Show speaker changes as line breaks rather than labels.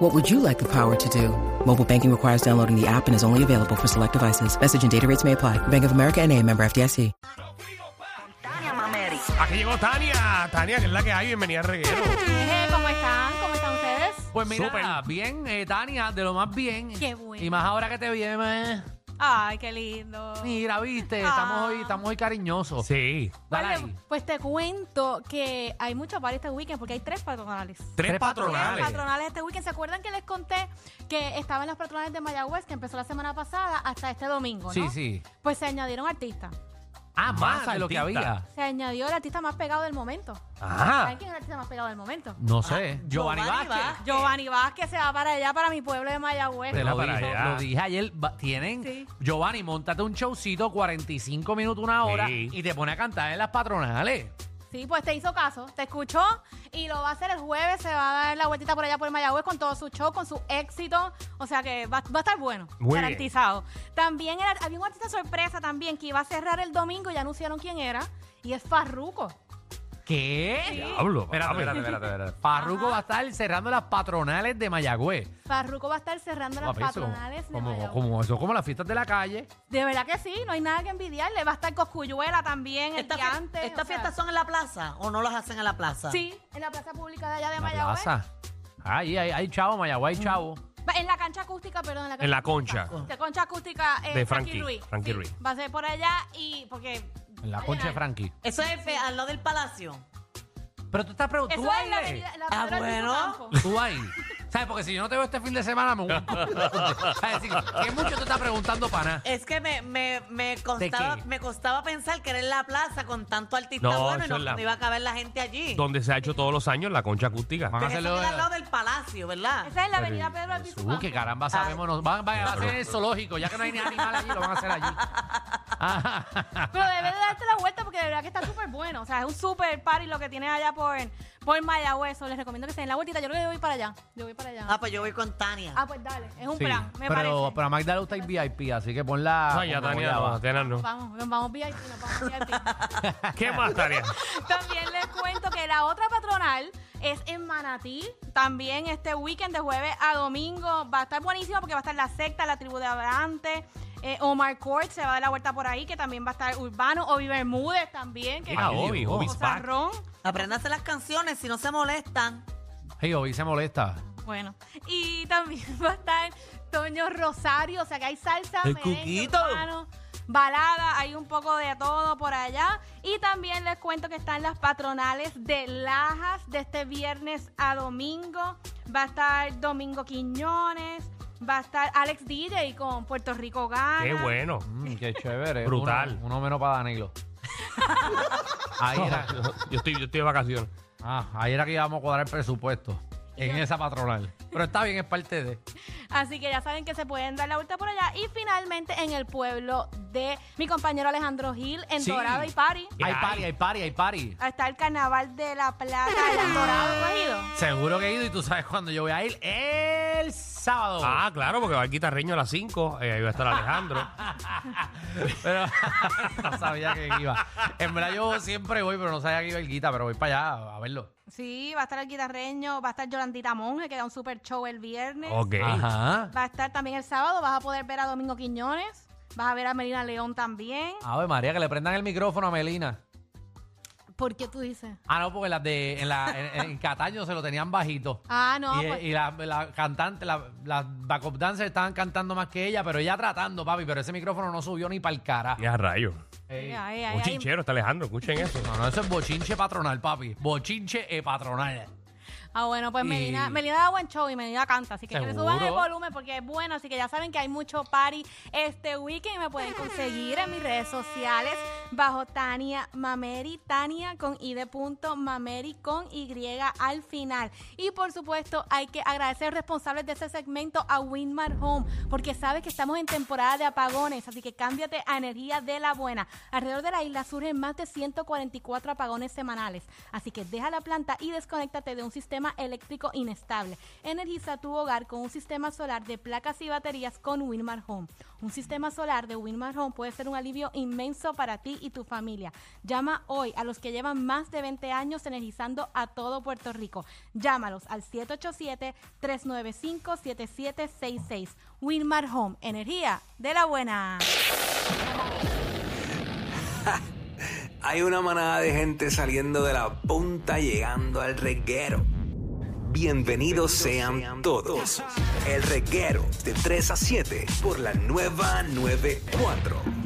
What would you like the power to do? Mobile banking requires downloading the app and is only available for select devices. Message and data rates may apply. Bank of America and a member FDIC.
Tania Mameri.
Aquí llegó Tania, Tania, que es la que hay, bienvenida al reguero.
Eje, ¿Cómo están? ¿Cómo están ustedes?
Pues mira,
Súper.
bien, eh, Tania, de lo más bien.
Qué bueno.
Y más ahora que te viene.
Ay, qué lindo.
Mira, viste,
Ah.
estamos hoy, estamos hoy cariñosos.
Sí.
Dale
Vale,
ahí.
pues te cuento que hay muchos pares este weekend porque hay tres patronales.
Tres,
Tres
patronales.
Tres patronales este weekend. ¿Se acuerdan que les conté que estaban las patronales de Mayagüez que empezó la semana pasada hasta este domingo, no?
Sí, sí.
Pues se añadieron artistas.
Ah, más de lo que
artistas. Ah,
había.
Se añadió el artista más pegado del momento.
Ajá.
Ah.
¿Saben quién es el artista más pegado del momento?
No sé.
Giovanni Vázquez.
Giovanni Vázquez se va para allá, para mi pueblo de Mayagüez.
Te
Vela
lo,
para
dijo,
allá.
lo dije ayer. va- Tienen.
Sí.
Giovanni, montate un showcito, 45 minutos, una hora,
Sí.
y te pone a cantar en las patronales.
Sí, pues te hizo caso, te escuchó y lo va a hacer el jueves. Se va a dar la vueltita por allá por Mayagüez con todo su show, con su éxito. O sea que va, va a estar bueno,
Muy bien.
garantizado. También era- había un artista sorpresa también que iba a cerrar el domingo, ya anunciaron quién era, y es Farruko.
¿Qué?
Diablo,
Espérate,
papi.
espérate, espérate. espérate. Parruco va a estar cerrando las patronales de Mayagüez.
Farruko va a estar cerrando las
Papi, Ah, pues eso-
patronales de
como,
Mayagüez.
como, eso como las fiestas de la calle.
De verdad que sí, no hay nada que envidiarle. Va a estar Coscuyuela también el
Esta
día
fie-
antes.
¿Estas
o sea,
fiestas son en la plaza o no las hacen en la plaza?
Sí, en la plaza pública de allá de
En la
Mayagüez. Mm.
plaza. Ahí, ahí, ahí, chavo, Mayagüez, hay chavo.
Va- En la cancha acústica, perdón. En la cancha,
En la
acústica.
concha.
La concha acústica eh,
De Frankie,
Frankie Ruiz.
Frankie
Sí,
Ruiz.
Va a ser por allá y porque...
En la
va a
concha de
llenar.
Frankie.
Eso es fe- al lado del palacio.
Pero tú estás preguntando.
Eso es la avenida... La
Ah,
Pedro Albizu
bueno.
Campo.
Tú ahí. ¿Sabes? Porque si yo no te veo este fin de semana, me gusta. Es decir, que mucho te estás preguntando para nada.
Es que me, me, me, costaba,
qué?
me costaba pensar que era en la plaza con tanto artista
No,
bueno y
eso
no,
es la-
no iba a caber la gente allí.
Donde se ha hecho todos los años la concha acústica.
Van a
Pero eso
hacerlo.
queda al lado del palacio, ¿verdad?
Esa es la avenida Pedro Albizu
Uh, qué
Campo.
caramba sabemos. nos- Van, van a hacer en el zoológico. Ya que no hay ni animal allí, lo van a hacer allí. Ajá.
Pero debes de darte la vuelta porque de verdad que está súper bueno. O sea, es un súper party lo que tienes allá por, por Mayagüez. So, Les recomiendo que se den la vueltita. Yo creo que yo voy para allá. Yo voy para allá.
Ah, pues yo voy con Tania.
Ah, pues dale. Es un
Sí,
plan, me
pero,
parece.
pero a Magda le gusta el VIP, así que ponla.
Ay, ya,
ponla
Tania,
guayaba.
no, Tania no.
Vamos, nos vamos VIP, nos vamos VIP.
¿Qué más, Tania?
También les cuento que la otra patronal es en Manatí. También este weekend de jueves a domingo va a estar buenísimo porque va a estar la secta, la tribu de Abrante. eh, Omar Court se va a dar la vuelta por ahí, que también va a estar Urbano. Obi Bermúdez también, que
Ah,
Dios.
Obi, Obi's back.
Ron.
Apréndase las canciones si no se molestan.
Hey, hoy se molesta.
Bueno, y también va a estar Toño Rosario. O sea que hay salsa,
El
merengue,
Cuquito.
urbano, balada, hay un poco de todo por allá. Y también les cuento que están las patronales de Lajas de este viernes a domingo. Va a estar Domingo Quiñones. Va a estar Alex DJ con Puerto Rico Gana.
Qué bueno.
Mm, qué chévere.
Brutal.
Uno, uno menos para Danilo. Ahí era.
Yo estoy, yo estoy de vacaciones.
Ah, ahí era que íbamos a cuadrar el presupuesto en esa patronal. Pero está bien, es parte de.
Así que ya saben que se pueden dar la vuelta por allá. Y finalmente en el pueblo de mi compañero Alejandro Gil, en
Sí.
Dorado y Pari.
¿Qué
Hay
hay?
pari, hay pari, hay pari.
Está el carnaval de la plata en Dorado. ¿Tú has ido?
Seguro que he ido y tú sabes cuándo yo voy a ir el sábado.
Ah, claro, porque va el guitarreño a las 5. ahí va a estar Alejandro.
Pero no sabía que iba. En verdad yo siempre voy, pero no sabía que iba el guita, pero voy para allá a verlo.
Sí, va a estar el guitarreño, va a estar Yolandita Monge, que da un super show el viernes.
ok.
Ajá.
Va a estar también el sábado, vas a poder ver a Domingo Quiñones, vas a ver a Melina León también.
Ah.
Ave María, que le prendan el micrófono a Melina.
¿Por qué tú dices?
Ah, no, porque las de en, la, en, en Cataño se lo tenían bajito.
Ah, no,
y
pues-
y la, la cantante, la- las backup dancers estaban cantando más que ella, pero ella tratando, papi, pero ese micrófono no subió ni para el cara.
Ya rayo.
Ey.
Ay, ay,
Un
ay.
chinchero está Alejandro, escuchen eso.
No, no, eso es bochinche patronal, papi. Bochinche eh, patronal.
Ah, bueno, pues
Y-
Melina, Melina da buen show y Melina canta, así que, que le suban el
Seguro.
volumen porque es bueno, así que ya saben que hay mucho party este weekend y me pueden conseguir en mis redes sociales bajo Tania Mameri, Tania con i de punto Mameri con Y al final. Y por supuesto, hay que agradecer responsables de este segmento a Winmar Home, porque sabes que estamos en temporada de apagones, así que cámbiate a energía de la buena. Alrededor de la isla surgen más de 144 apagones semanales, así que deja la planta y desconéctate de un sistema eléctrico inestable. Energiza tu hogar con un sistema solar de placas y baterías con Winmar Home. Un sistema solar de Winmar Home puede ser un alivio inmenso para ti y tu familia. Llama hoy a los que llevan más de 20 años energizando a todo Puerto Rico. Llámalos al 787-395-7766. Winmar Home, energía de la buena.
Hay una manada de gente saliendo de la punta llegando al reguero. Bienvenidos sean todos. El reguero de 3 a 7 por la nueva 94.